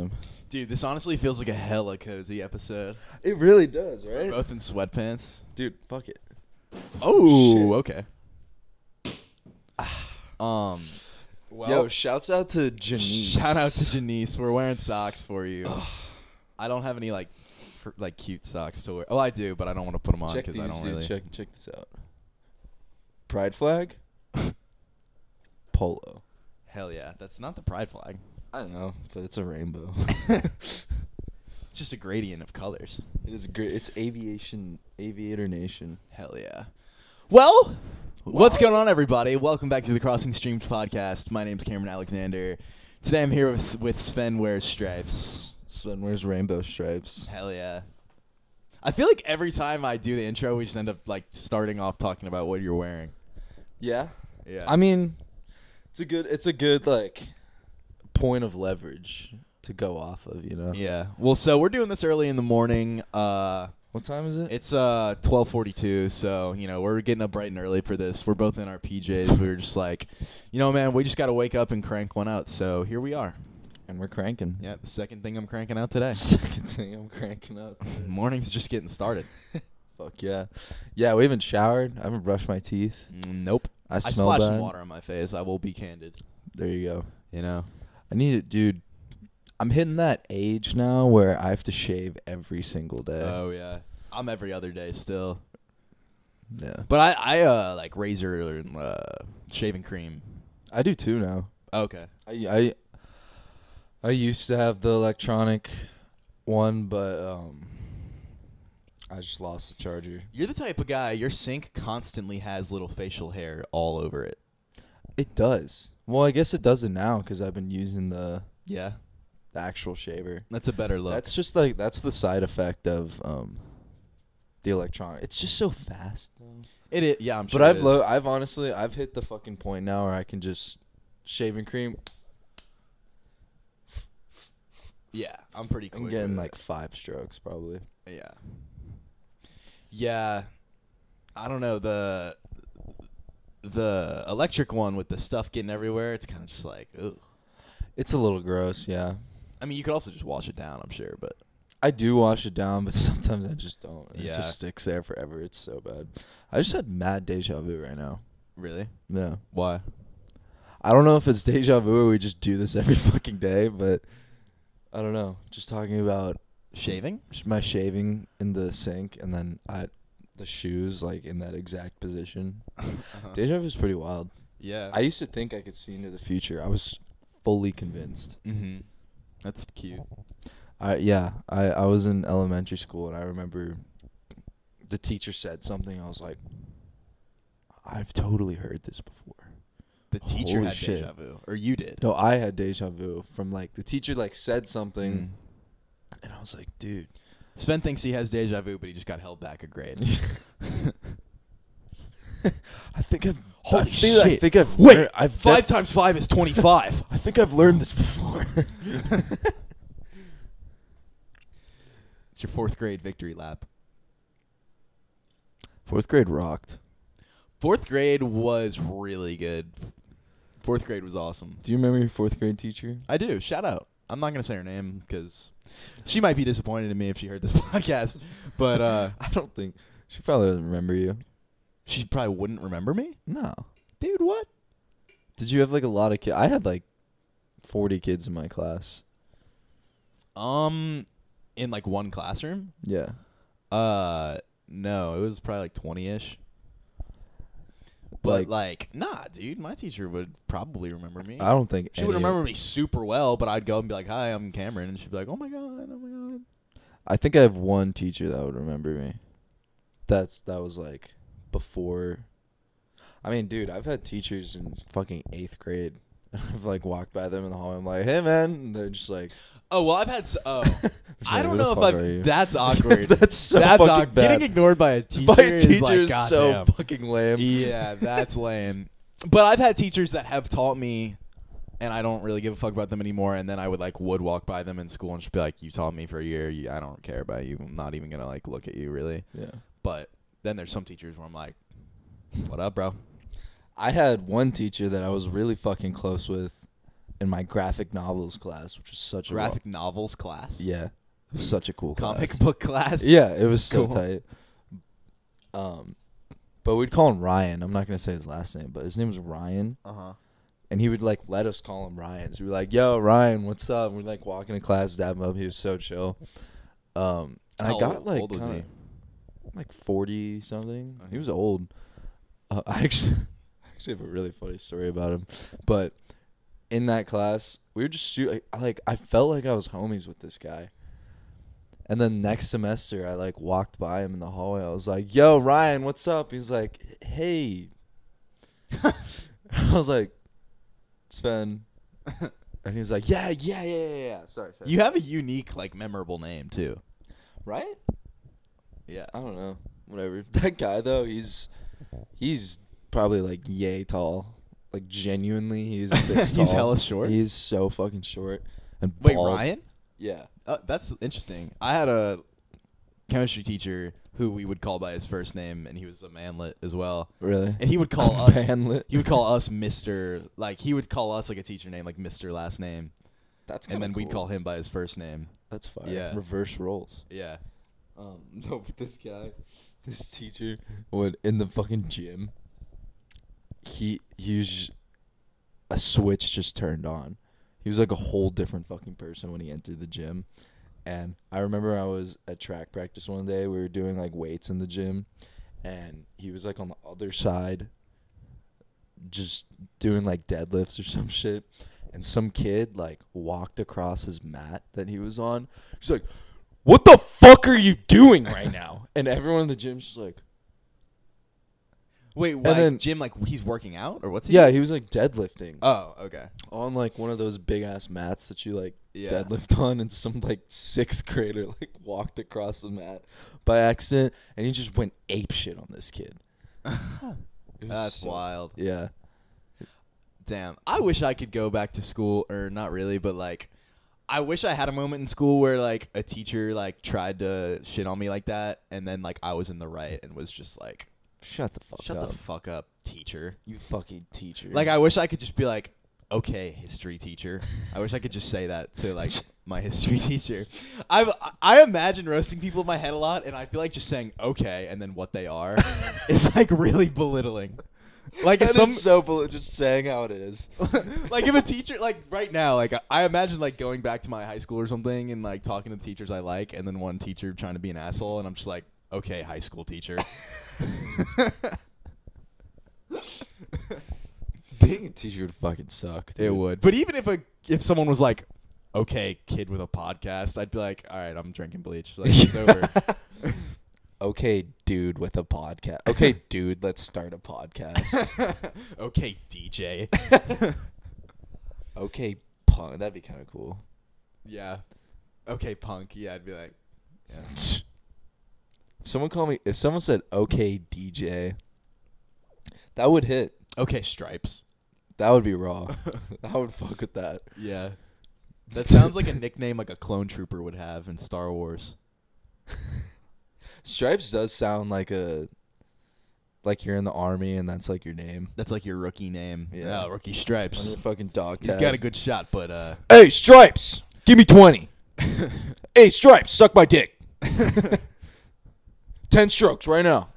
time. Dude, this honestly feels like a hella cozy episode. It really does, right? We're both in sweatpants. Dude, fuck it. Oh, okay. Um, well, Yo, shouts out to Janice. shout out to Janice. We're wearing socks for you. I don't have any like, fr- like cute socks to wear. Oh, I do, but I don't want to put them on Check because these, I don't dude. really. Check, check this out. Pride flag, polo. Hell yeah, that's not the pride flag. I don't know, but it's a rainbow. it's just a gradient of colors. It is great. It's aviation, aviator nation. Hell yeah. Well, what's going on, everybody? Welcome back to the Crossing Streams podcast. My name's Cameron Alexander. Today I'm here with with Sven wears stripes. Sven wears rainbow stripes. Hell yeah. I feel like every time I do the intro, we just end up like starting off talking about what you're wearing. Yeah, Yeah. I mean, it's a good, it's a good like point of leverage to go off of. You know. yeah. Well, so we're doing this early in the morning. Uh, What time is it? it's uh 12:42, so you know we're getting up bright and early for this. We're both in our PJs. We were just like, you know, man, we just got to wake up and crank one out. So here we are. and we're cranking. Yeah, the second thing I'm cranking out today. Second thing I'm cranking up. Morning's just getting started. Fuck yeah. Yeah, we haven't showered. I haven't brushed my teeth. nope. I I, smell splashed bad. some water on my face. I will be candid. There you go. You know. I need it, dude. I'm hitting that age now where I have to shave every single day. Oh yeah. I'm every other day still. yeah. But I, I uh like razor and uh, shaving cream. I do too now. Okay. I I I used to have the electronic one, but um I just lost the charger. You're the type of guy your sink constantly has little facial hair all over it. It does. Well, I guess it doesn't now cuz I've been using the, Yeah. the actual shaver. That's a better look. That's just like that's the side effect of um the electronic. It's just so fast. it, i- yeah, I'm sure. But it I've is. lo- I've honestly I've hit the fucking point now where I can just shaving cream Yeah, I'm pretty quick. and getting with like five strokes probably. it. Yeah. Yeah. I don't know, the the electric one with the stuff getting everywhere, it's kind of just like, ooh. It's a little gross, yeah. I mean, you could also just wash it down, I'm sure, but I do wash it down, but sometimes I just don't. It Yeah. just sticks there forever. It's so bad. I just had mad deja vu right now. really? Yeah. Why? I don't know if it's deja vu or we just do this every fucking day, but I don't know. Just talking about Shaving? sh- my shaving in the sink and then I the shoes like in that exact position. Deja vu is pretty wild. Uh-huh. Yeah. I used to think I could see into the future. I was fully convinced. Mhm. That's cute. I yeah, I I was in elementary school and I remember the teacher said something. I was like, I've totally heard this before. The teacher Holy had shit. deja vu, or you did. No, I had deja vu from like the teacher like said something, and I was like, dude, Sven thinks he has deja vu, but he just got held back a grade. I think I've Holy I feel- I shit. think I've Wait, lear- I've five def- times five is twenty-five. I think I've learned this before. it's your fourth grade victory lap. Fourth grade rocked. Fourth grade was really good. Fourth grade was awesome. Do you remember your fourth grade teacher? I do. Shout out. I'm not gonna say her name because she might be disappointed in me if she heard this podcast. But uh, I don't think she probably doesn't remember you. she probably wouldn't remember me, No. dude. What? Did you have like a lot of kids? I had like forty kids in my class. Um, in like one classroom. Yeah. Uh, no, it was probably like twenty ish. But like, nah, dude, my teacher would probably remember me. I don't think she any would of- remember me super well, but I'd go and be like, "Hi, I'm Cameron," and she'd be like, "Oh my god, oh my god." I think I have one teacher that would remember me. That's that was like before. I mean, dude, I've had teachers in fucking eighth grade. I've like walked by them in the hallway. I'm like, hey man, and they're just like, Oh well, I've had. s oh, She's I like, don't "Who know the if fuck are you?" I've. That's awkward. that's so that's fucking awkward. bad. Getting ignored by a teacher. by a is, like, teacher is so goddamn. fucking lame. yeah, that's lame. But I've had teachers that have taught me, and I don't really give a fuck about them anymore. And then I would like would walk by them in school and just be like, "You taught me for a year. You, I don't care about you. I'm not even gonna like look at you really." yeah. But then there's some teachers where I'm like, "What up, bro?" I had one teacher that I was really fucking close with, in my graphic novels class, which was such graphic novels class. a yeah, it was such a cool Comic class. book class. Yeah, it was so Cool. tight. Um, but we'd call him Ryan. I'm not gonna say his last name, but his name was Ryan, Uh huh. and he would like let us call him Ryan. So we were like, "Yo, Ryan, what's up?" We'd like walk into class, dab him up. He was so chill. Um, and I How got old- like old was he? kinda- like forty something. Okay. He was old. Uh, I actually, I actually have a really funny story about him. But in that class, we were just shoot. Like, I like I felt like I was homies with this guy. And then next semester, I like walked by him in the hallway. I was like, "Yo, Ryan, what's up?" He's like, "Hey." I was like, "Sven," and he was like, "Yeah, yeah, yeah, yeah." yeah. Sorry, sorry. You have a unique, like, memorable name too. right? Yeah. I don't know. Whatever. That guy though, he's he's probably like yay tall. Like genuinely, he's this He's tall. hella short? He's so fucking short and Wait, bald. Ryan? Yeah. Oh, that's interesting. I had a chemistry teacher who we would call by his first name, and he was a manlet as well. Really? And he would call us. Manlet. He would call us Mister. Like he would call us like a teacher name, like Mister last name, That's and kinda then we'd cool. call him by his first name. That's fire. Yeah. Reverse roles. Yeah. Um, no, but this guy, this teacher, would in the fucking gym. He he was j- a switch just turned on. He was like a whole different fucking person when he entered the gym. And I remember I was at track practice one day. We were doing like weights in the gym, and he was like on the other side, just doing like deadlifts or some shit. And some kid like walked across his mat that he was on. He's like, what the fuck are you doing right now? And everyone in the gym's just like, Wait, why, then- Jim? Like he's working out, or what's he? yeah, he was like deadlifting Oh, okay. on like one of those big ass mats that you like Yeah. deadlift on, and some like sixth grader like walked across the mat by accident, and he just went ape shit on this kid. It was That's so- wild. Yeah, Damn. I wish I could go back to school or not really, but like I wish I had a moment in school where like a teacher like tried to shit on me like that and then like I was in the right and was just like shut the fuck shut up, the fuck up, teacher. you fucking teacher. Like I wish I could just be like okay, history teacher. I wish I could just say that to like my history teacher. I I imagine roasting people in my head a lot and I feel like just saying okay and then what they are is like really belittling. Like if That some is so bull- just saying how it is. like if a teacher like right now like i imagine like going back to my high school or something and like talking to the teachers i like and then one teacher trying to be an asshole and i'm just like okay high school teacher being a teacher would fucking suck. it dude. would but even if a if someone was like okay kid with a podcast i'd be like all right i'm drinking bleach like it's over okay, dude, with a podcast. Okay, dude, let's start a podcast. okay dj okay, punk. That'd be kind of cool. yeah okay punk yeah i'd be like Someone call me. If someone said, "Okay, DJ," that would hit. okay stripes That would be raw. I would fuck with that. yeah that sounds like a nickname like a clone trooper would have in star wars Stripes does sound like a, like you're in the army and that's like your name That's like your rookie name. Yeah. Yeah, rookie on stripes. your fucking dog He's tag. got a good shot, but uh, Hey, Stripes, give me twenty. hey, Stripes, suck my dick. Ten strokes right now.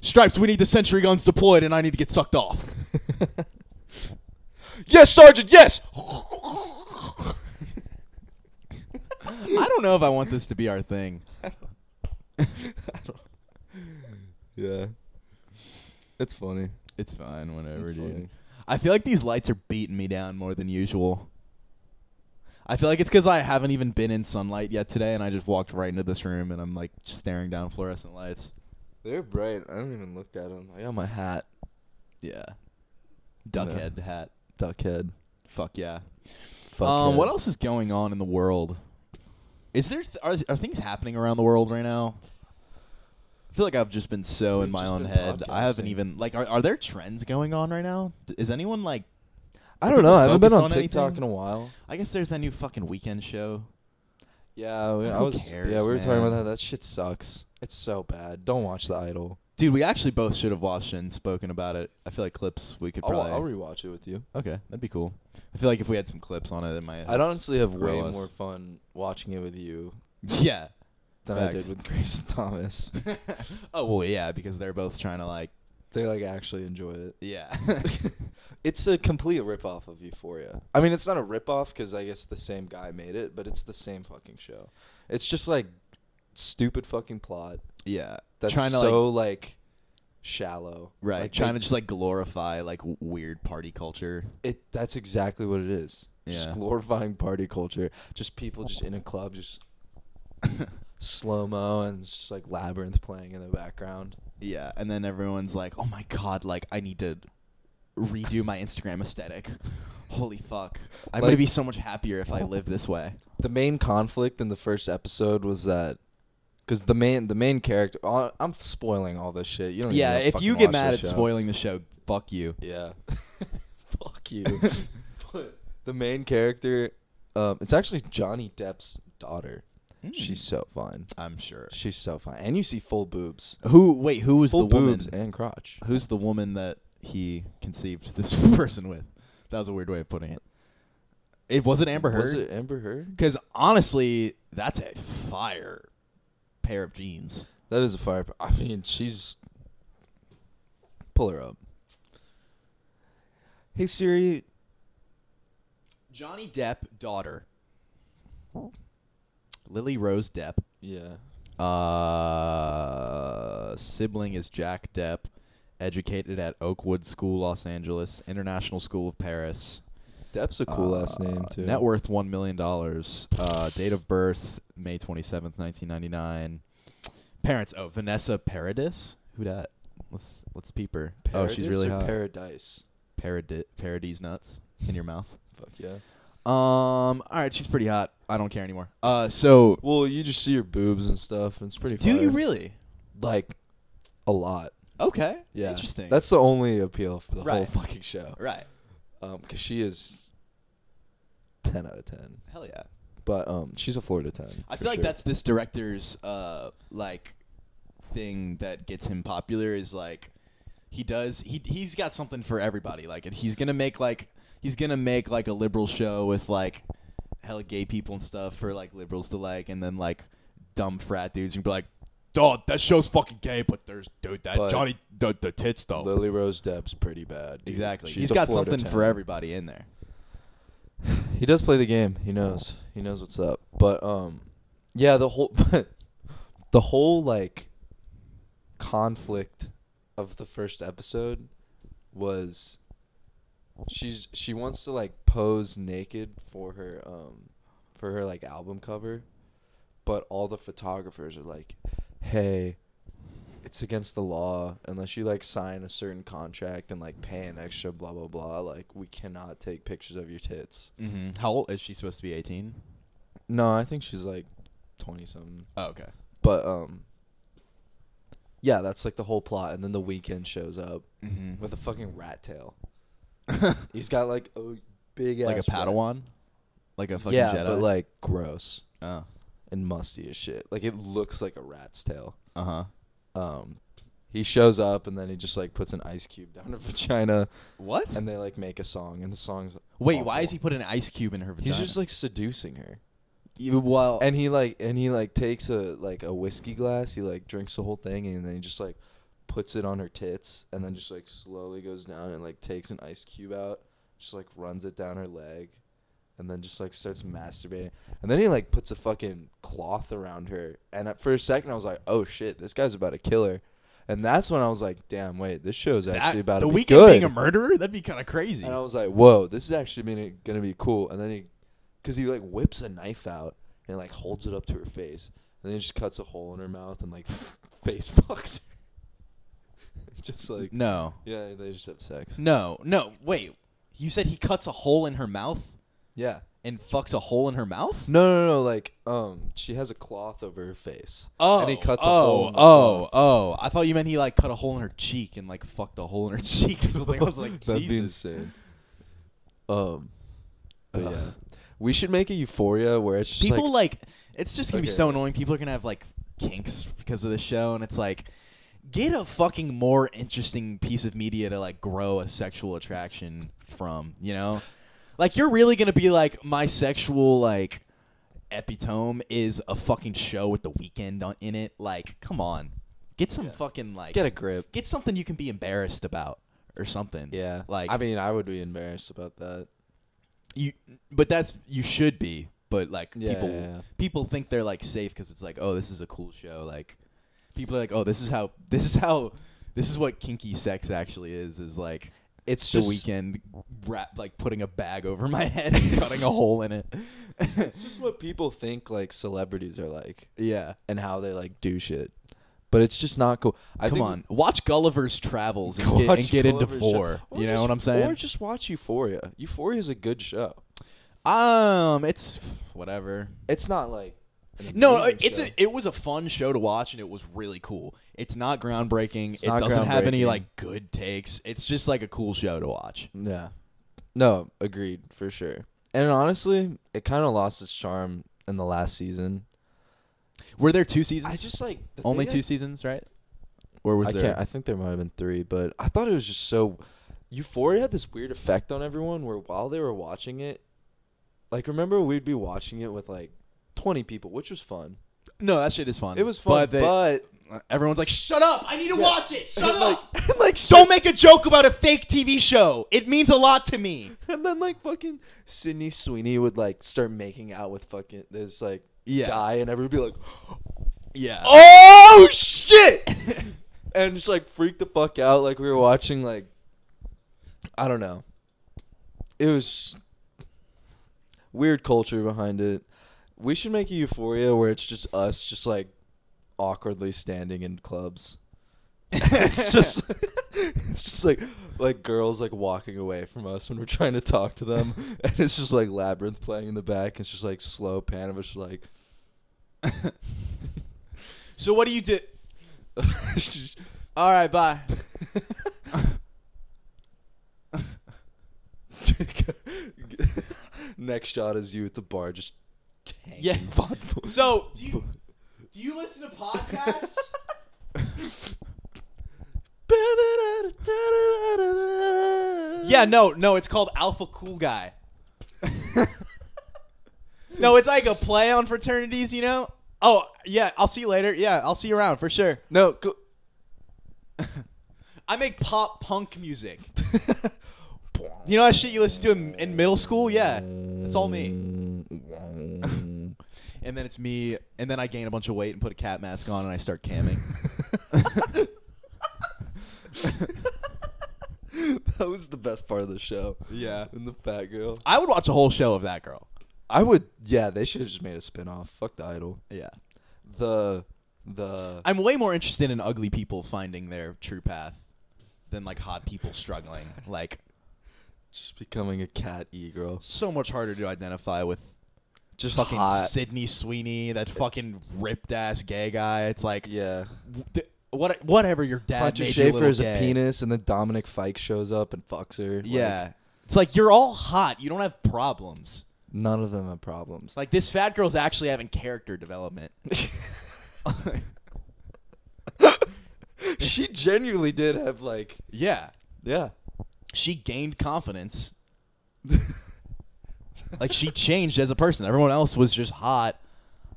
stripes. We need the century guns deployed, and I need to get sucked off. Yes, Sergeant. Yes. I don't know if I want this to be our thing. Yeah, it's funny. It's fine, whatever, It's dude. funny. I feel like these lights are beating me down more than usual. I feel like it's because I haven't even been in sunlight yet today, and I just walked right into this room, and I'm like staring down fluorescent lights. They're bright. I haven't even looked at them. I got my hat, Yeah, duckhead hat. duckhead. Fuck yeah. Fuck um, what else is going on in the world? Is there th- are, are things happening around the world right now? I feel like I've just been so in We've my just own been head. I haven't podcasting. even like are, are there trends going on right now? D- Is anyone like I Are don't know. people I haven't been focused on on TikTok anything? in a while. I guess there's that new fucking weekend show. Yeah, we, Who I was. cares, yeah, we were talking about man? that. That shit sucks. It's so bad. Don't watch The Idol. Dude, we actually both should have watched and spoken about it. I feel like clips we could I'll, probably. I'll rewatch it with you. okay, that'd be cool. I feel like if we had some clips on it, it might. I'd honestly have way Grow us. more fun watching it with you yeah. than I Facts. did with Grace and Thomas. oh well, yeah, because they're both trying to like. they like actually enjoy it. Yeah. It's a complete ripoff of Euphoria. I mean, it's not a ripoff because I guess the same guy made it, but it's the same fucking show. It's just like stupid fucking plot yeah. that's trying to like so like, shallow. Right. Like, trying they- to just like glorify like w- weird party culture. It that's exactly what it is. Yeah. Just glorifying party culture. Just people just in a club, just slow mo and just like labyrinth playing in the background. yeah. And then everyone's like, oh my God, like I need to redo my Instagram aesthetic. Holy fuck. I'm going to Like- be so much happier if I live this way. The main conflict in the first episode was that because the main the main character. I- I'm spoiling all this shit. You don't. Yeah. Even If fucking you get watch mad at this show. spoiling the show, fuck you. Yeah. Fuck you. but the main character, um, it's actually Johnny Depp's daughter. Hmm. She's so fine. I'm sure. She's so fine, and you see full boobs, Who, wait, who was full the boobs woman? and crotch. eh? Who's the woman that he conceived this person with? That was a weird way of putting it. It wasn't Amber Heard. Was it Amber Heard? Because honestly, that's a fire pair of jeans. That is a fire. I mean, she's. Pull her up. Hey Siri. Johnny Depp daughter, Lily Rose Depp. Yeah. Uh, sibling is Jack Depp. Educated at Oakwood School, Los Angeles, International School of Paris. Depp's a cool ass Uh, name too. Net worth one million dollars. Uh, date of birth May twenty seventh, nineteen ninety nine. Parents oh Vanessa Paradis. Who dat? Let's let's peep her. oh, she's Paradise really or hot. Paradise. Paradi- Paradis nuts in your mouth. Fuck yeah. Um. All right, she's pretty hot. I don't care anymore. Uh. So, Well, you just see her boobs and stuff, and it's pretty. do you fire. really? like a lot? Okay. Yeah. Interesting. That's the only appeal for the whole Right. fucking show. right. Um, 'cause she is ten out of ten, Hell yeah. but um, she's a Florida ten. I for feel like sure. that's this director's uh like thing that gets him popular is like he does he he's got something for everybody. Like he's gonna make like he's gonna make like a liberal show with like hella gay people and stuff for like liberals to like, and then like dumb frat dudes and be like. Dog, that show's fucking gay, but there's dude that But- Johnny the, the tits though. Lily Rose Depp's pretty bad. dude. Exactly. She's He's a got Florida something 10. for everybody in there. He does play the game. He knows. He knows what's up. But um, yeah, the whole the whole like conflict of the first episode was she's she wants to like pose naked for her um for her like album cover, but all the photographers are like, hey. It's against the law unless you like sign a certain contract and like pay an extra blah blah blah. Like we cannot take pictures of your tits. Mm-hmm. How old is she supposed to be? 18? No, I think she's like twenty something. Oh, okay. But um Yeah, that's like the whole plot and then the weekend shows up Mm-hmm. with a fucking rat tail. He's got like a big like a ass rat- Padawan, like a fucking yeah, Jedi. but like gross oh, and musty as shit. Like it looks like a rat's tail. uh huh. Um he shows up and then he just like puts an ice cube down her vagina What? and they like make a song and the song's Wait, awful. why is he putting an ice cube in her vagina? He's just like seducing her. You- e-, well, and he like and he like takes a like a whiskey glass he like drinks the whole thing and then he just like puts it on her tits and then just like slowly goes down and like takes an ice cube out just like runs it down her leg and then just like starts masturbating and then he like puts a fucking cloth around her and at, for a second i was like oh shit this guy's about to kill her and that's when i was like damn wait this show's that- actually about the to be weekend good being a murderer. That'd be kind of crazy. and I was like, "Whoa, this is actually gonna- gonna be cool." And then he, because he like whips a knife out and like holds it up to her face, and then he just cuts a hole in her mouth and like face fucks her. just like No, yeah, they just have sex. no, no. Wait, you said he cuts a hole in her mouth Yeah. and fucks a hole in her mouth? No, no, no. Like, um, she has a cloth over her face. Oh, and he cuts oh, a hole. in the oh, cloth. oh! I thought you meant he like cut a hole in her cheek and like fucked a hole in her cheek or something. I was oh. like, That'd be Jesus. insane. Um, but Ugh. yeah, we should make a Euphoria where it's just people like, it's just gonna be Okay. so annoying people are gonna have like kinks because of the show and it's like Get a fucking more interesting piece of media to like grow a sexual attraction from, you know? Like you're really gonna be like my sexual like epitome is a fucking show with the weekend on, in it. Like, come on, get some fucking like Get a grip. get something you can be embarrassed about or something. Yeah. like I mean, I would be embarrassed about that. you but that's you should be but like Yeah, people yeah, yeah. people think they're like safe because it's like oh this is a cool show like people are like oh this is how this is how this is what kinky sex actually is is like It's the just weekend wrap like putting a bag over my head and cutting a hole in it It's just what people think like celebrities are like yeah and how they like do shit. But it's just not cool. I come think- on watch gulliver's travels and get, Watch and get into Gulliver's Show. four Or you know just- what i'm saying Or just watch Euphoria. Euphoria is a good show. um it's whatever It's not like an No, uh, amazing it's show. a, it was a fun show to watch and it was really cool. It's not groundbreaking. it not doesn't have any groundbreaking. like good takes. It's just like a cool show to watch. yeah. No, agreed for sure. And honestly, it kind of lost its charm in the last season. Were there two seasons? I just like the Only thing two I- seasons, right? Or was I there? can't. I think there might have been three, but I thought it was just so. Euphoria had this weird effect on everyone where while they were watching it, like remember we'd be watching it with like twenty people, which was fun. no, that shit is fun. It was fun, but, they- but everyone's like, "Shut up! I need to watch it. Shut like, up! and like Don't make a joke about a fake TV show. It means a lot to me." And then like fucking Sydney Sweeney would like start making out with fucking this like Yeah. guy, and everyone would be like, Yeah. "Oh shit!" and just like freak the fuck out. Like we were watching like I don't know. It was weird culture behind it. We should make a Euphoria where it's just us, just like awkwardly standing in clubs. it's just it's just like like girls like walking away from us when we're trying to talk to them and it's just like labyrinth playing in the back it's just like slow pan of us just, like so what do you do? it's just- All right, bye. next shot is you at the bar just tanking Yeah. vodka. So do you do you listen to podcasts? Yeah, no, no, it's called Alpha Cool Guy. no, it's like a play on fraternities, you know? Oh, yeah, I'll see you later. Yeah, I'll see you around for sure. no go I make pop punk music. You know that shit you listen to in, in middle school? Yeah, it's all me. And then it's me, and then I gain a bunch of weight and put a cat mask on and I start camming. that was the best part of the show Yeah. and the fat girl I would watch a whole show of that girl. i would yeah they should have just made a spin-off fuck the idol Yeah. the the I'm way more interested in ugly people finding their true path than like hot people struggling. Like just becoming a cat e girl so much harder to identify with just fucking hot. Sydney Sweeney, that fucking ripped ass gay guy. It's like yeah w- th- what whatever your dad Hunter made you Schaefer little is a gay. penis, and then Dominic Fike shows up and fucks her. Like, Yeah. it's like you're all hot. You don't have problems. none of them have problems. Like this fat girl's actually having character development. she genuinely did have like, yeah. yeah, She gained confidence. like she changed as a person. Everyone else was just hot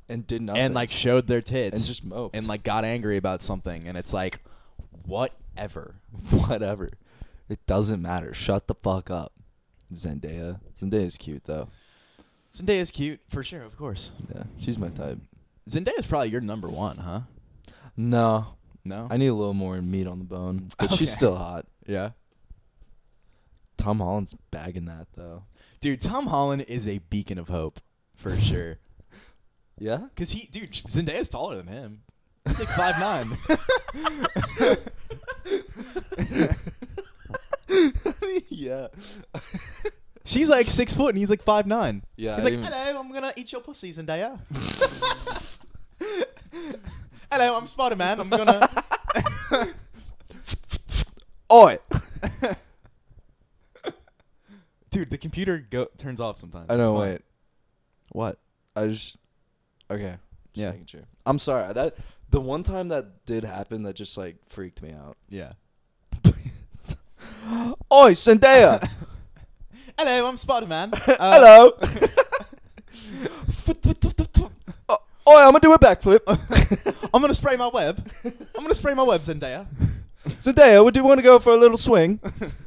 and did nothing. and like showed their tits And just moped. and like got angry about something and it's like whatever. whatever, it doesn't matter. Shut the fuck up, Zendaya. Zendaya's cute though. Zendaya's cute for sure, of course. Yeah, she's my type. Zendaya's probably your number one, huh? No, No, I need a little more meat on the bone, but Okay. she's still hot. yeah, Tom Holland's bagging that though. dude. Tom Holland is a beacon of hope for sure. Yeah, Cause he, dude, Zendaya's taller than him. He's like five nine. yeah. She's like six foot, and he's like five nine. Yeah, he's I like, didn't- hello, I'm gonna eat your pussy, Zendaya. hello, I'm Spider Man. I'm gonna. Oi. dude, the computer go- turns off sometimes. I It's know. fine. Wait. What? I just okay. Just Yeah. making sure. I'm sorry. That The one time that did happen that just like freaked me out. Yeah. Oi, Zendaya. Hello, I'm Uh, Spider Man. Hello. Oi, I'm gonna do a backflip. I'm gonna spray my web. I'm gonna spray my web, Zendaya. Zendaya, would you want to go for a little swing?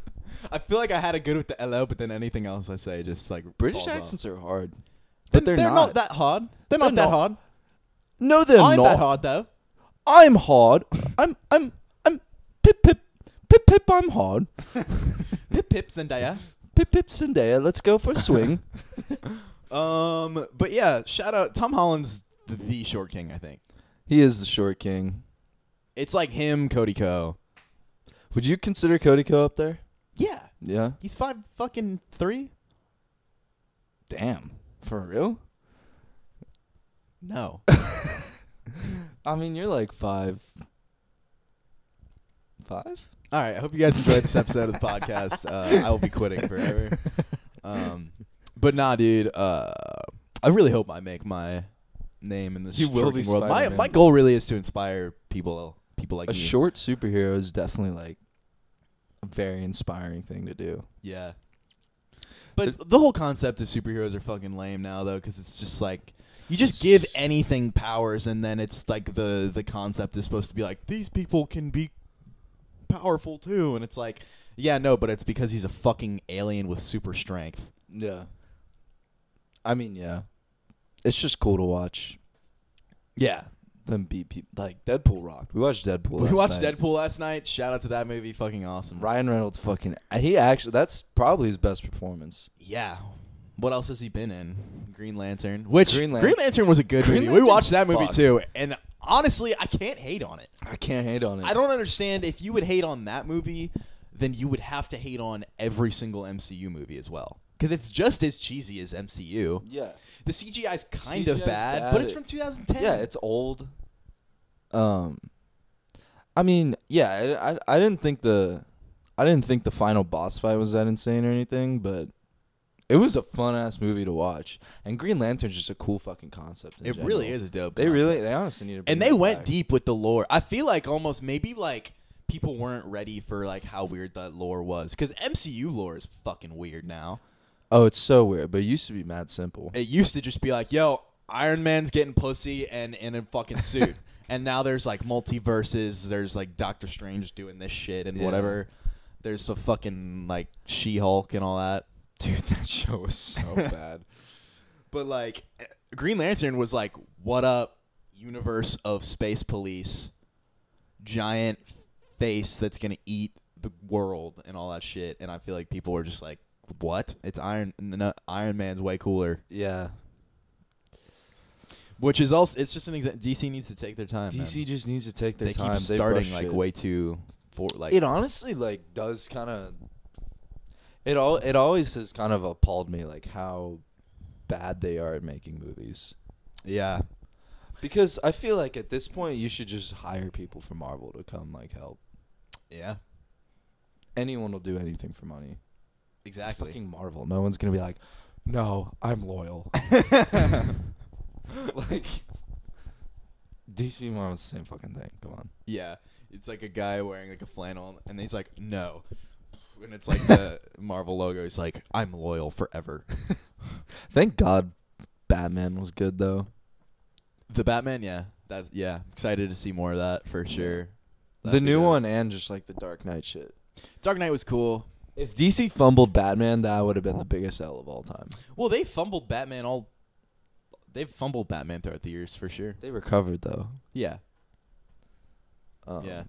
I feel like I had a good with the hello, but then anything else I say just like British falls off. accents are hard, They're, but they're, they're not. not. that hard. They're not They're that not. hard. no, they're I'm not. that hard though. I'm hard. I'm I'm I'm pip pip pip pip. I'm hard. Pip pip Zendaya. Pip pip Zendaya, let's go for a swing. Um, but yeah, shout out Tom Holland's the, the short king. I think he is the short king. it's like him, Cody Co. Would you consider Cody Co up there? Yeah, Yeah. he's five fucking three. Damn. For real? No, I mean, you're like five. Five? All right. I hope you guys enjoyed this episode of the podcast. Uh, I will be quitting forever. Um, but nah, dude. Uh, I really hope I make my name in this You will shorting be world. My Spider-Man. my goal really is to inspire people people like A you. short superhero is definitely like a very inspiring thing to do. Yeah. But the whole concept of superheroes are fucking lame now, though, because it's just like you just give It's- anything powers, and then it's like the the concept is supposed to be like these people can be powerful too, and it's like yeah, no, but it's because he's a fucking alien with super strength. Yeah. I mean, yeah. It's just cool to watch Yeah, them beat people. Like Deadpool rocked. We watched Deadpool. we last watched night. Deadpool last night. Shout out to that movie, fucking awesome. Ryan Reynolds fucking he actually that's probably his best performance. Yeah. What else has he been in? Green Lantern, which Green Green Lantern, Lan- was a good Green movie. We Lantern's watched that movie fucked. too, and honestly, I can't hate on it. I can't hate on it. I don't understand if you would hate on that movie, then you would have to hate on every single MCU movie as well. Because it's just as cheesy as MCU. Yeah. The CGI is kind CGI of 's bad, bad. but it's from 2010. Yeah, it's old. Um, I mean, yeah, I, I, I didn't think the, I didn't think the final boss fight was that insane or anything, but it was a fun ass movie to watch. And Green Lantern's just a cool fucking concept. in it general. really is a dope. They concept. really, they honestly need to. bring and they that went back. deep with the lore. I feel like almost maybe like people weren't ready for like how weird that lore was because MCU lore is fucking weird now. Oh, it's so weird, but it used to be mad simple. It used to just be like, yo, Iron Man's getting pussy and in a fucking suit. and now there's like multiverses. There's like Doctor Strange doing this shit and Yeah. whatever. There's the fucking like She Hulk and all that. Dude, that show was so bad. But like Green Lantern was like, what up, universe of space police, giant face that's gonna eat the world and all that shit. And I feel like people were just like, what? It's Iron no, Iron Man's way cooler. Yeah, Which is also it's just an exa- DC needs to take their time. man. DC just needs to take their they time. keep They starting rush like it. way too for like it honestly like does kind of it all it always has kind of appalled me like how bad they are at making movies yeah because i feel like at this point you should just hire people from marvel to come like help yeah anyone will do anything for money it's exactly. fucking marvel no one's gonna be like no i'm loyal like dc and marvel's the same fucking thing come on Yeah, it's like a guy wearing like a flannel, and he's like, "No," and it's like the Marvel logo. He's like, "I'm loyal forever." thank god batman was good though the Batman, yeah, that's yeah. Excited to see more of that for sure. the That'd be new dope. one and just like the dark knight shit Dark Knight was cool. If DC fumbled Batman, that would have been the biggest L of all time. Well, they fumbled Batman all. They've fumbled Batman throughout the years for sure. They recovered though. Yeah, Um, yeah.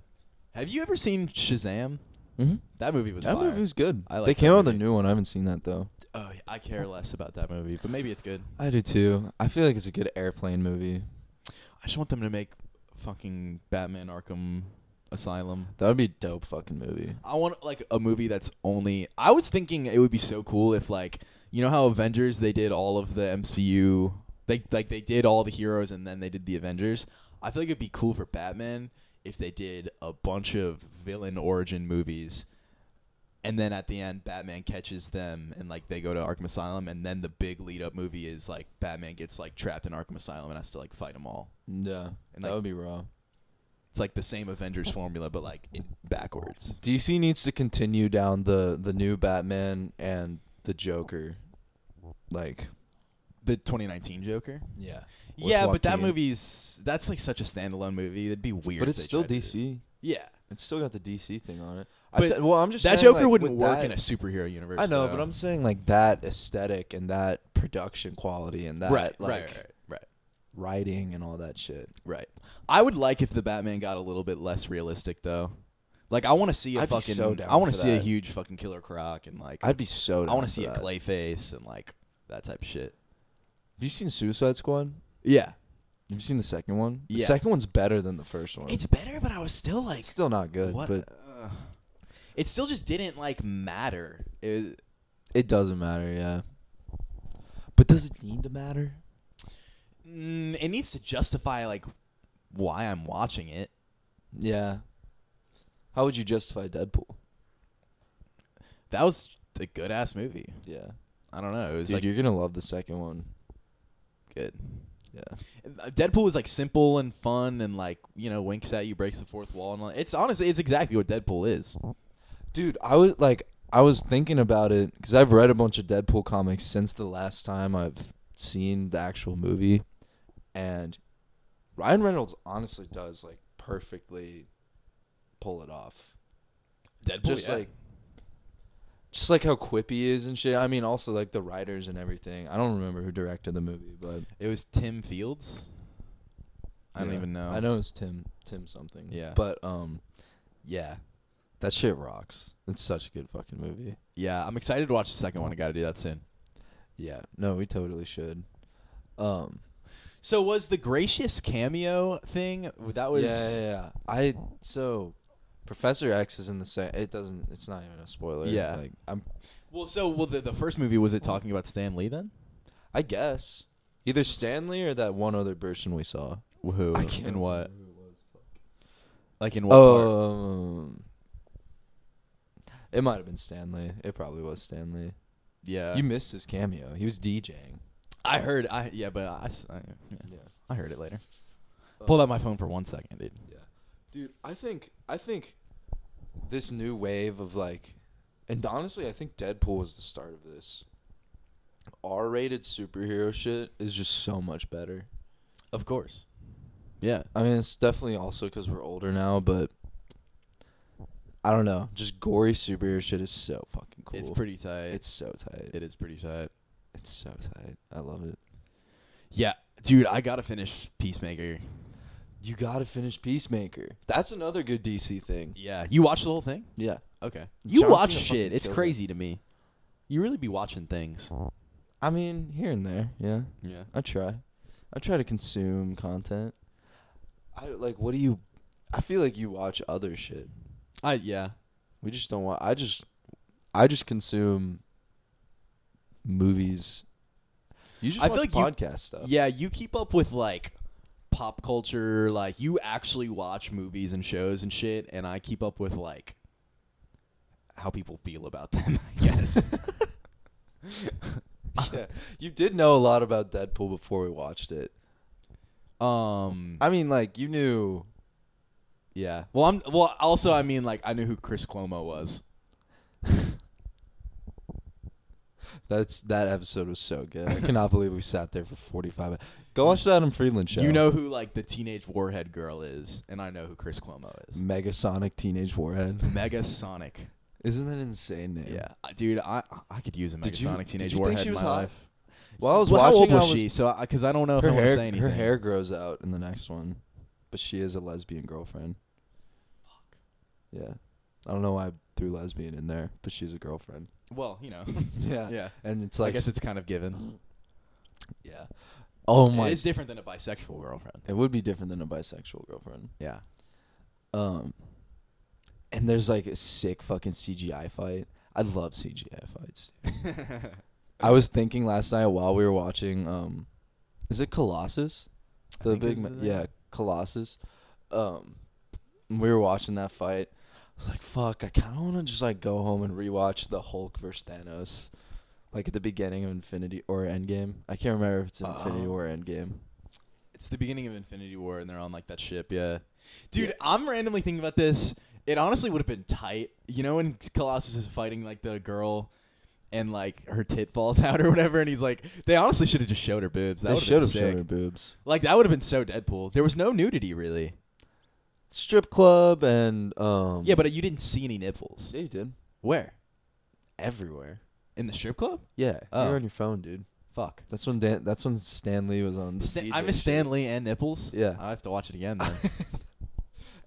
Have you ever seen Shazam? Mm-hmm. That movie was. That fire. movie was good. I like they that came out with a movie. new one. I haven't seen that though. Oh, I care less about that movie, but maybe it's good. I do too. I feel like it's a good airplane movie. I just want them to make fucking Batman Arkham Asylum. That would be a dope fucking movie. I want like a movie that's only. I was thinking it would be so cool if like you know how Avengers they did all of the MCU they like they did all the heroes and then they did the Avengers. I feel like it'd be cool for Batman if they did a bunch of villain origin movies, and then at the end Batman catches them and like they go to Arkham Asylum and then the big lead up movie is like Batman gets like trapped in Arkham Asylum and has to like fight them all. Yeah, And, that like- would be raw. It's like the same Avengers formula, but like in backwards. DC needs to continue down the the new Batman and the Joker, like The 2019 Joker. yeah, Yeah, but that Joaquin. movie's that's like such a standalone movie. It'd be weird. but if it's they still tried to- DC. Yeah, It's still got the DC thing on it. I But th- well, I'm just that saying, Joker like, wouldn't with work that- in a superhero universe. I know, though. but I'm saying like that aesthetic and that production quality and that right, like right, right, right, writing and all that shit. right. I would like if the Batman got a little bit less realistic though. Like I want to see a I'd be fucking so down I want for to see a that. huge fucking Killer Croc and like I'd be so. I want down to see for a that. clay face and like that type of shit. Have you seen Suicide Squad? Yeah. Have you seen the second one? The Yeah. second one's better than the first one. It's better, but I was still like It's still not good, what but uh, it still just didn't like matter. It was, it doesn't matter. Yeah, but does it need to matter? mm, it needs to justify like why I'm watching it. Yeah. How would you justify Deadpool? That was a good ass movie. Yeah, I don't know. It was dude, like you're gonna love the second one. good. Uh, Yeah, Deadpool is like simple and fun and like you know winks at you, breaks the fourth wall, and all. it's honestly it's exactly what Deadpool is. dude, I was like, I was thinking about it because I've read a bunch of Deadpool comics since the last time I've seen the actual movie, and Ryan Reynolds honestly does like perfectly pull it off. Deadpool, just like just like how quippy he is and shit. I mean, also like the writers and everything. I don't remember who directed the movie, but it was Tim Fields. I don't yeah. even know. I know it's Tim Tim something. Yeah. but um, yeah, that shit rocks. It's such a good fucking movie. Yeah, I'm excited to watch the second one. I got to do that soon. Yeah, no, we totally should. Um, So was the gracious cameo thing that was yeah, yeah, yeah. I so Professor X is in the same. It doesn't. It's not even a spoiler. Yeah. like I'm. well. So well, the, the first movie was it talking about Stan Lee then? I guess either Stanley or that one other person we saw. Who I can't in remember what? who it was. Like in what part? Um, it might have been Stanley. It probably was Stanley. Yeah, you missed his cameo. He was DJing. I heard. I yeah, but I, s- I- yeah, Yeah. Oh. I heard it later. Pull out my phone for one second, dude. Yeah, dude. I think I think this new wave of like, and honestly, I think Deadpool was the start of this. R-rated superhero shit is just so much better. Of course. Yeah. I mean, it's definitely also because we're older now, but I don't know. Just gory superhero shit is so fucking cool. It's pretty tight. It's so tight. it is pretty tight. It's so tight. I love it. Yeah, dude, I gotta finish Peacemaker. You gotta finish Peacemaker. That's another good DC thing. Yeah, you watched the whole thing? Yeah. Okay. You John watch Cena shit. fucking It's kills it. crazy to me. You really be watching things. I mean, here and there, yeah. Yeah. I try. I try to consume content. I like what do you I feel like you watch other shit. I yeah. We just don't watch I just I just consume movies. You just I feel watch like podcast stuff. Yeah, you keep up with like pop culture, like you actually watch movies and shows and shit, and I keep up with like how people feel about them, I guess. yeah. You did know a lot about Deadpool before we watched it. um I mean like you knew Yeah. Well, I'm. Well, also, I mean, like, I knew who Chris Cuomo was. That's that episode was so good. I cannot believe we sat there for 45 minutes. Go watch the Adam Friedland show. You know who like the teenage warhead girl is, and I know who Chris Cuomo Mm. is. Megasonic Teenage Warhead. Mega Sonic. Isn't that an insane name? Yeah, Uh, dude, I I could use a Mega Did you- Sonic did teenage you think warhead she was in my hot? life. Well, I was well, watching. how old I was, was she? So, because I don't know if her I want to hair, say anything. her hair grows out in the next one, but she is a lesbian girlfriend. Fuck. Yeah, I don't know why I threw lesbian in there, but she's a girlfriend. Well, you know. yeah. yeah. And it's So like, I guess it's kind of given. yeah. Oh my! It is different than a bisexual girlfriend. it would be different than a bisexual girlfriend. Yeah. Um, and there's like a sick fucking CGI fight. I love CGI fights. I was thinking last night while we were watching, um, is it Colossus? I The think big, this ma- is it. yeah, Colossus. Um, we were watching that fight. I was like, fuck, I kind of want to just like go home and rewatch the Hulk versus Thanos, Uh-huh. like at the beginning of Infinity or Endgame. I can't remember if it's Infinity Uh-oh. or Endgame. It's the beginning of Infinity War, and they're on like that ship. Yeah, dude, I'm randomly thinking about this. It honestly would have been tight, you know, when Colossus is fighting like the girl, and like her tit falls out or whatever, and he's like, they honestly should have just showed her boobs. That they would should have been have sick. shown her boobs. Like that would have been so Deadpool. There was no nudity really. Strip club and um. Yeah, but you didn't see any nipples. yeah, you did Where? everywhere. In the strip club? Yeah, Oh. you're on your phone, dude. Fuck. That's when Dan. That's when Stan Lee was on. The Stan- DJ I miss shit. Stan Lee and nipples. Yeah. I have to watch it again then.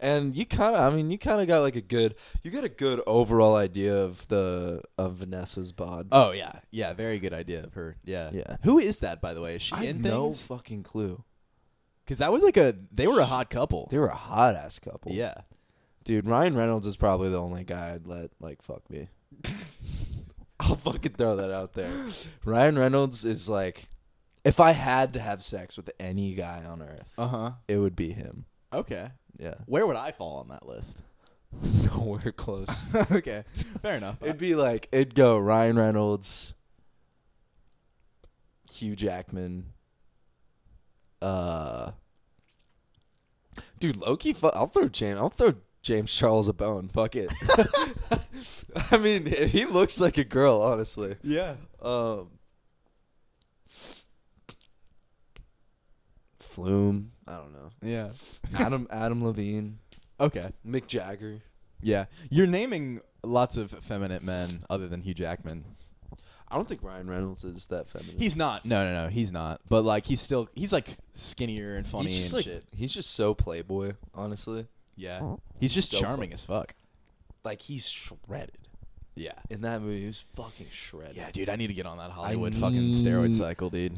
And you kind of, I mean, you kind of got like a good, you got a good overall idea of the of Vanessa's bod. oh yeah, yeah. Very good idea of her. Yeah. Yeah. Who is that by the way? Is she I have in no things? fucking clue. Because that was like a they were a hot couple. They were a hot ass couple. yeah. dude. Ryan Reynolds is probably the only guy I'd let like fuck me. I'll fucking throw that out there. Ryan Reynolds is like, if I had to have sex with any guy on earth, Uh huh. it would be him. Okay. Yeah, Where would I fall on that list? nowhere close. okay. Fair enough. It'd be like it'd go Ryan Reynolds, Hugh Jackman. Uh, dude, Loki. Fu- I'll throw James. I'll throw James Charles a bone. Fuck it. I mean, he looks like a girl, honestly. yeah. Um, Flume. I don't know. Yeah. Adam Adam Levine, Okay. Mick Jagger. Yeah. You're naming lots of effeminate men other than Hugh Jackman. I don't think Ryan Reynolds is that feminine. He's not. No, no, no. He's not. But like, he's still. He's like skinnier and funny he's just and like shit. he's just so playboy, honestly. Yeah. He's just so charming as fuck. Like he's shredded Yeah. in that movie. He was fucking shredded. Yeah, dude. I need to get on that Hollywood fucking steroid need- cycle, dude.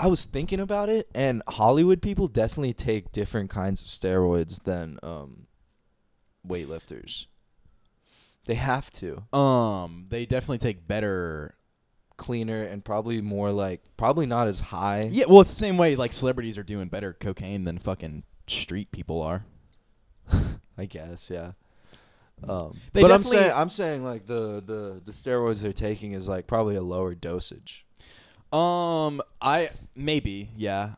I was thinking about it, and Hollywood people definitely take different kinds of steroids than um, weightlifters. They have to Um, they definitely take better. cleaner and probably more like probably not as high. Yeah. Well, it's the same way like celebrities are doing better cocaine than fucking street people are. I guess, yeah. Um, They but I'm definitely- saying I'm saying like the the the steroids they're taking is like probably a lower dosage. Um, I maybe yeah.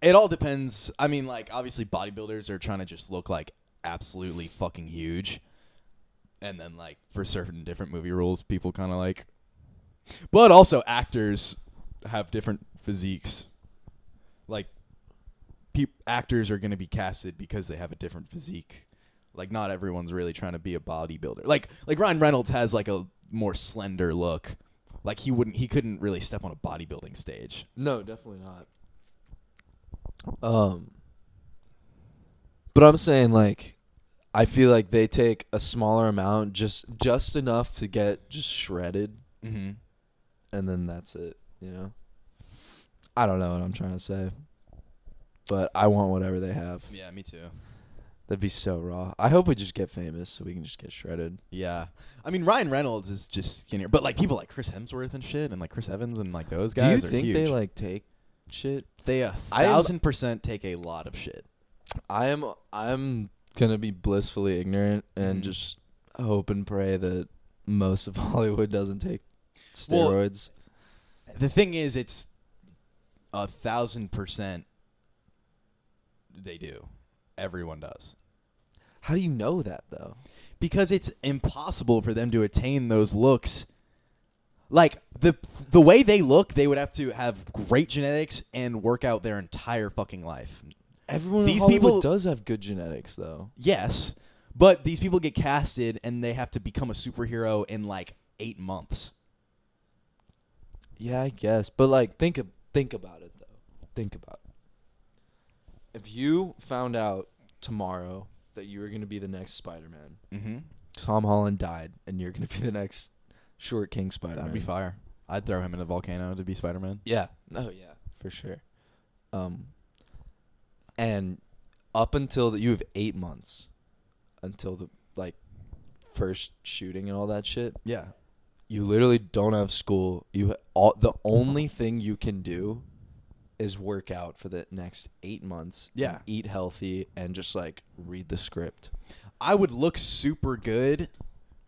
It all depends. I mean, like obviously, bodybuilders are trying to just look like absolutely fucking huge, and then like for certain different movie roles, people kind of like. But also, actors have different physiques. Like, peop- actors are going to be casted because they have a different physique. Like, not everyone's really trying to be a bodybuilder. Like, like Ryan Reynolds has like a more slender look. Like he wouldn't, he couldn't really step on a bodybuilding stage. No, definitely not. Um But I'm saying like I feel like they take a smaller amount just just enough to get just shredded Mm-hmm. and then that's it, you know. I don't know what I'm trying to say. But I want whatever they have. Yeah, me too. That'd be so raw. I hope we just get famous so we can just get shredded. Yeah, I mean Ryan Reynolds is just skinnier, but like people like Chris Hemsworth and shit, and like Chris Evans and like those guys. Do you are think huge. they like take shit? They a I am- thousand percent take a lot of shit. I am I'm gonna be blissfully ignorant and Mhm. just hope and pray that most of Hollywood doesn't take Well- steroids. The thing is, it's a thousand percent. They do. Everyone does How do you know that though? because it's impossible for them to attain those looks. Like the the way they look, they would have to have great genetics and work out their entire fucking life. Everyone These in Hollywood people- does have good genetics though. Yes, but these people get casted and they have to become a superhero in like eight months. Yeah, I guess. But like think ab- think about it though. Think about it. If you found out tomorrow that you were gonna be the next Spider Man, Mm-hmm. Tom Holland died and you're gonna be the next short King Spider Man. That'd be fire. I'd throw him in a volcano to be Spider Man. Yeah. Oh yeah, for sure. Um and up until that you have 8 months until the like first shooting and all that shit, Yeah. you literally don't have school. You ha- all the only thing you can do is work out for the next 8 months. and Yeah. eat healthy and just like read the script. I would look super good,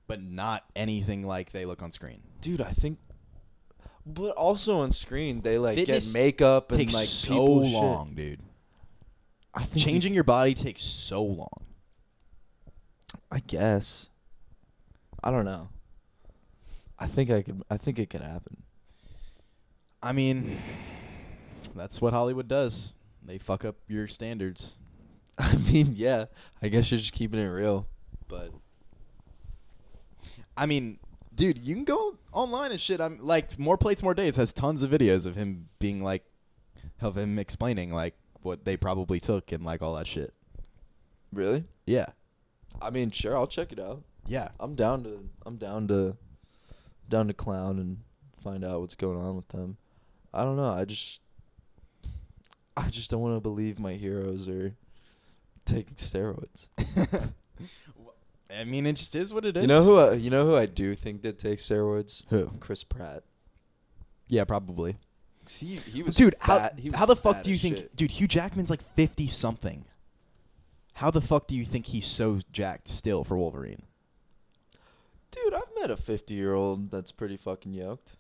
but not anything like they look on screen. Dude, I think but also on screen they like Fitness get makeup and takes like so people shit. long, dude. I think you- Changing your body takes so long. I guess. I don't know. I think I could. I think it could happen. I mean, that's what Hollywood does. They fuck up your standards. I mean, yeah. I guess you're just keeping it real, but I mean, dude, you can go online and shit. I'm like more plates, more days has tons of videos of him being like, of him explaining like what they probably took and like all that shit. really, Yeah, I mean, sure, I'll check it out. yeah. I'm down to. I'm down to. Down to clown and find out what's going on with them. I don't know. I just. I just don't want to believe my heroes are taking steroids. I mean, it just is what it is. You know who? I, you know who I do think did take steroids? Who? Chris Pratt. Yeah, probably. 'Cause He, he was dude, fat. how He was how the fuck fat do you as think, shit. dude? Hugh Jackman's like fifty something. How the fuck do you think he's so jacked still for Wolverine? Dude, I've met a 50 year old that's pretty fucking yoked.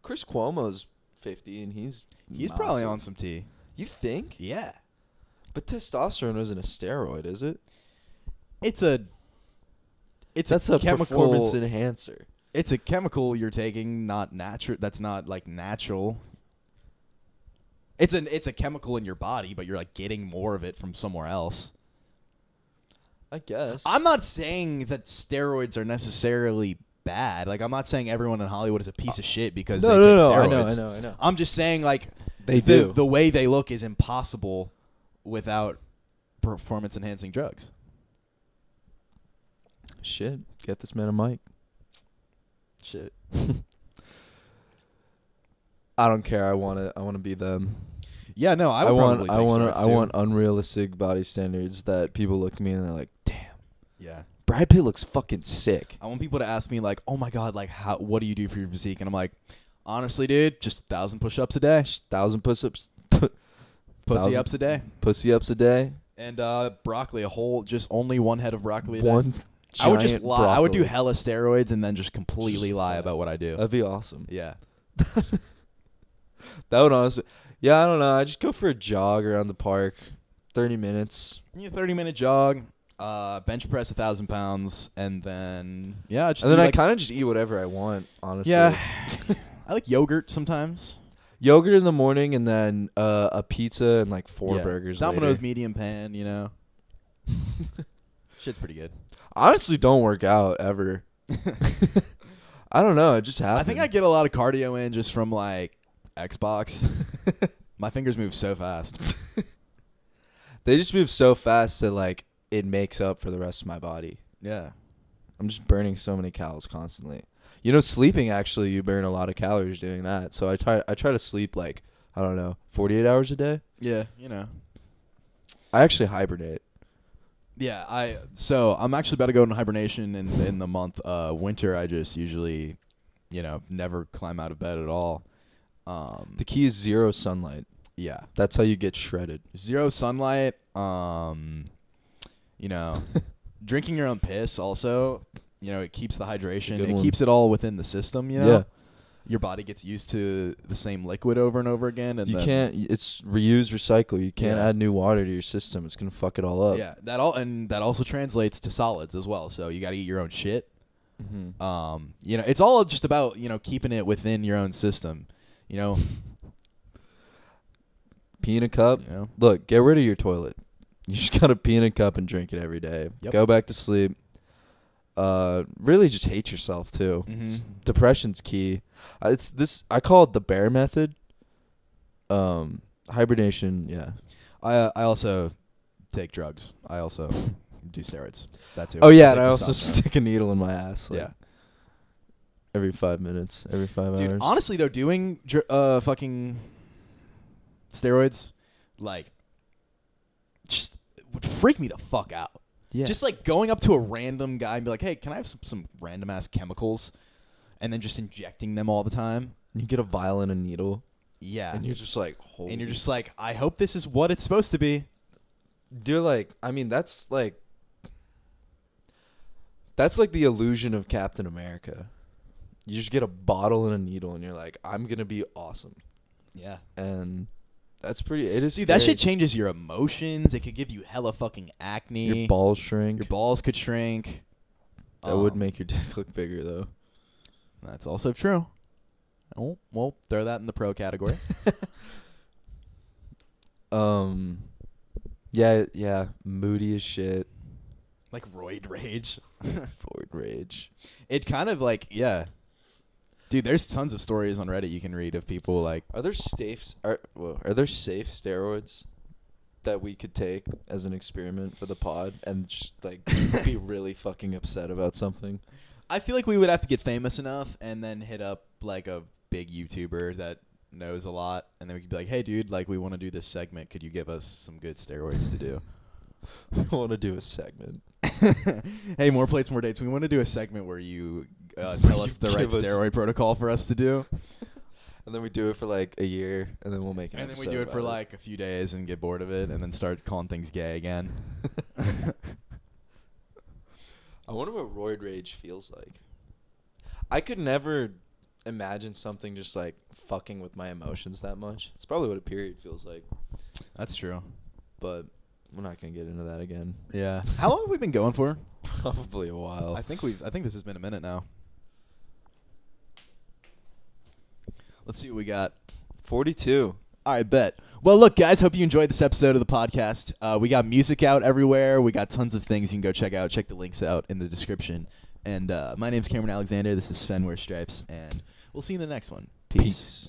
Chris Cuomo's 50 and he's He's probably massive. on some tea. You think? Yeah, But testosterone isn't a steroid, is it? it's a. It's That's a performance chemical. enhancer. It's a chemical you're taking, not natural. That's not like natural. It's an it's a chemical in your body, but you're like getting more of it from somewhere else. I guess. I'm not saying that steroids are necessarily bad. Like I'm not saying everyone in Hollywood is a piece of shit because Uh, No, they no, take no, steroids. I know, I know, I know. am just saying like They the, do. the way they look is impossible without performance enhancing drugs. Shit. Get this man a mic. Shit. I don't care. I want to I want to be them. Yeah, no, I I, would want probably I take want steroids I too. want unrealistic body standards that people look at me and they're like, "Damn, Yeah. Brad Pitt looks fucking sick." I want people to ask me like, "Oh my god, like how what do you do for your physique?" And I'm like, "Honestly, dude, just a 1000 push-ups a day, Just 1000 push-ups, pussy 1,000 ups a day, pussy ups a day. and uh broccoli, a whole just only one head of broccoli a day." One I would just giant lie. I would do broccoli. hella steroids and then just completely Just- lie yeah. about what I do. That'd be awesome. yeah. That would honestly. Yeah, I don't know. I just go for a jog around the park, thirty minutes. Yeah, 30 minute jog, uh bench press a 1000 pounds and then yeah, just and then do, I like, kind of just eat whatever I want, honestly. Yeah. I like yogurt sometimes. Yogurt in the morning and then uh, a pizza and like four Yeah. burgers. Domino's later. medium pan, you know. Shit's pretty good. Honestly, don't work out ever. I don't know. It just happens. I think I get a lot of cardio in just from like Xbox. My fingers move so fast. They just move so fast that like it makes up for the rest of my body. Yeah. I'm just burning so many calories constantly. You know, sleeping actually you burn a lot of calories doing that. So I try I try to sleep like I don't know, 48 hours a day. Yeah, you know. I actually hibernate. Yeah, I so I'm actually about to go into hibernation in in the month uh winter I just usually you know, never climb out of bed at all. Um The key is zero sunlight. yeah. That's how you get shredded. Zero sunlight, um you know, drinking your own piss also, you know, it keeps the hydration. good It one. keeps it all within the system, you know. Yeah. Your body gets used to the same liquid over and over again and you then- can't it's reuse recycle. You can't Yeah. add new water to your system. It's going to fuck it all up. Yeah, that all and that also translates to solids as well. So you got to eat your own shit. Mm-hmm. Um, you know, it's all just about you know keeping it within your own system. You know, Pee in a cup. you know, Look, get rid of your toilet. You just got to pee in a cup and drink it every day. Yep. Go back to sleep. Uh, really just hate yourself too. Mhm. It's- depression's key. Uh, It's this I call it the bear method. Um, hibernation. Yeah. I I also take drugs. I also do steroids. That's it. Oh yeah, and I also stick a needle in my ass. Like, uh, yeah, Every five minutes. Every five dude. hours. Honestly though, doing dr- uh fucking steroids like just would freak me the fuck out. yeah. Just like going up to a random guy and be like, "Hey, can I have some, some random ass chemicals?" and then just injecting them all the time. you get a vial and a needle, Yeah. and you're just like, holy. and you're just like, "I hope this is what it's supposed to be." Dude, like, I mean, that's like. That's like the illusion of Captain America. You just get a bottle and a needle, and you're like, I'm gonna be awesome. Yeah. And That's pretty. It is. Dude, that scary. shit changes your emotions. It could give you hella fucking acne. Your balls shrink. Your balls could shrink. that would Um, make your dick look bigger though. That's also true. Oh, well, throw that in the pro category. Um. Yeah, yeah. Moody as shit. like roid rage. Ford rage. It kind of like yeah. Dude, there's tons of stories on Reddit you can read of people like Are there safe? Are well, are there safe steroids that we could take as an experiment for the pod and just like be really fucking upset about something? I feel like we would have to get famous enough and then hit up like a big YouTuber that knows a lot and then we could be like, "Hey dude, like we want to do this segment. Could you give us some good steroids to do?" I want to do a segment. hey, more plates, more dates. We want to do a segment where you uh, tell You us the right give us- steroid protocol for us to do, And then we do it for like a year, and then we'll make an and then we episode do it for about like a few days and get bored of it, and then start calling things gay again. I wonder what roid rage feels like. I could never imagine something just like fucking with my emotions that much. It's probably what a period feels like, That's true. but we're not gonna get into that again. Yeah. How long have we been going for? Probably a while. I think we've. I think this has been a minute now. Let's see what we got. Forty-two. All right, bet. Well, look, guys, hope you enjoyed this episode of the podcast. Uh, we got music out everywhere. We got tons of things you can go check out. Check the links out in the description. And uh, my name's Cameron Alexander. This is Sven Wear Stripes, and we'll see you in the next one. Peace. Peace.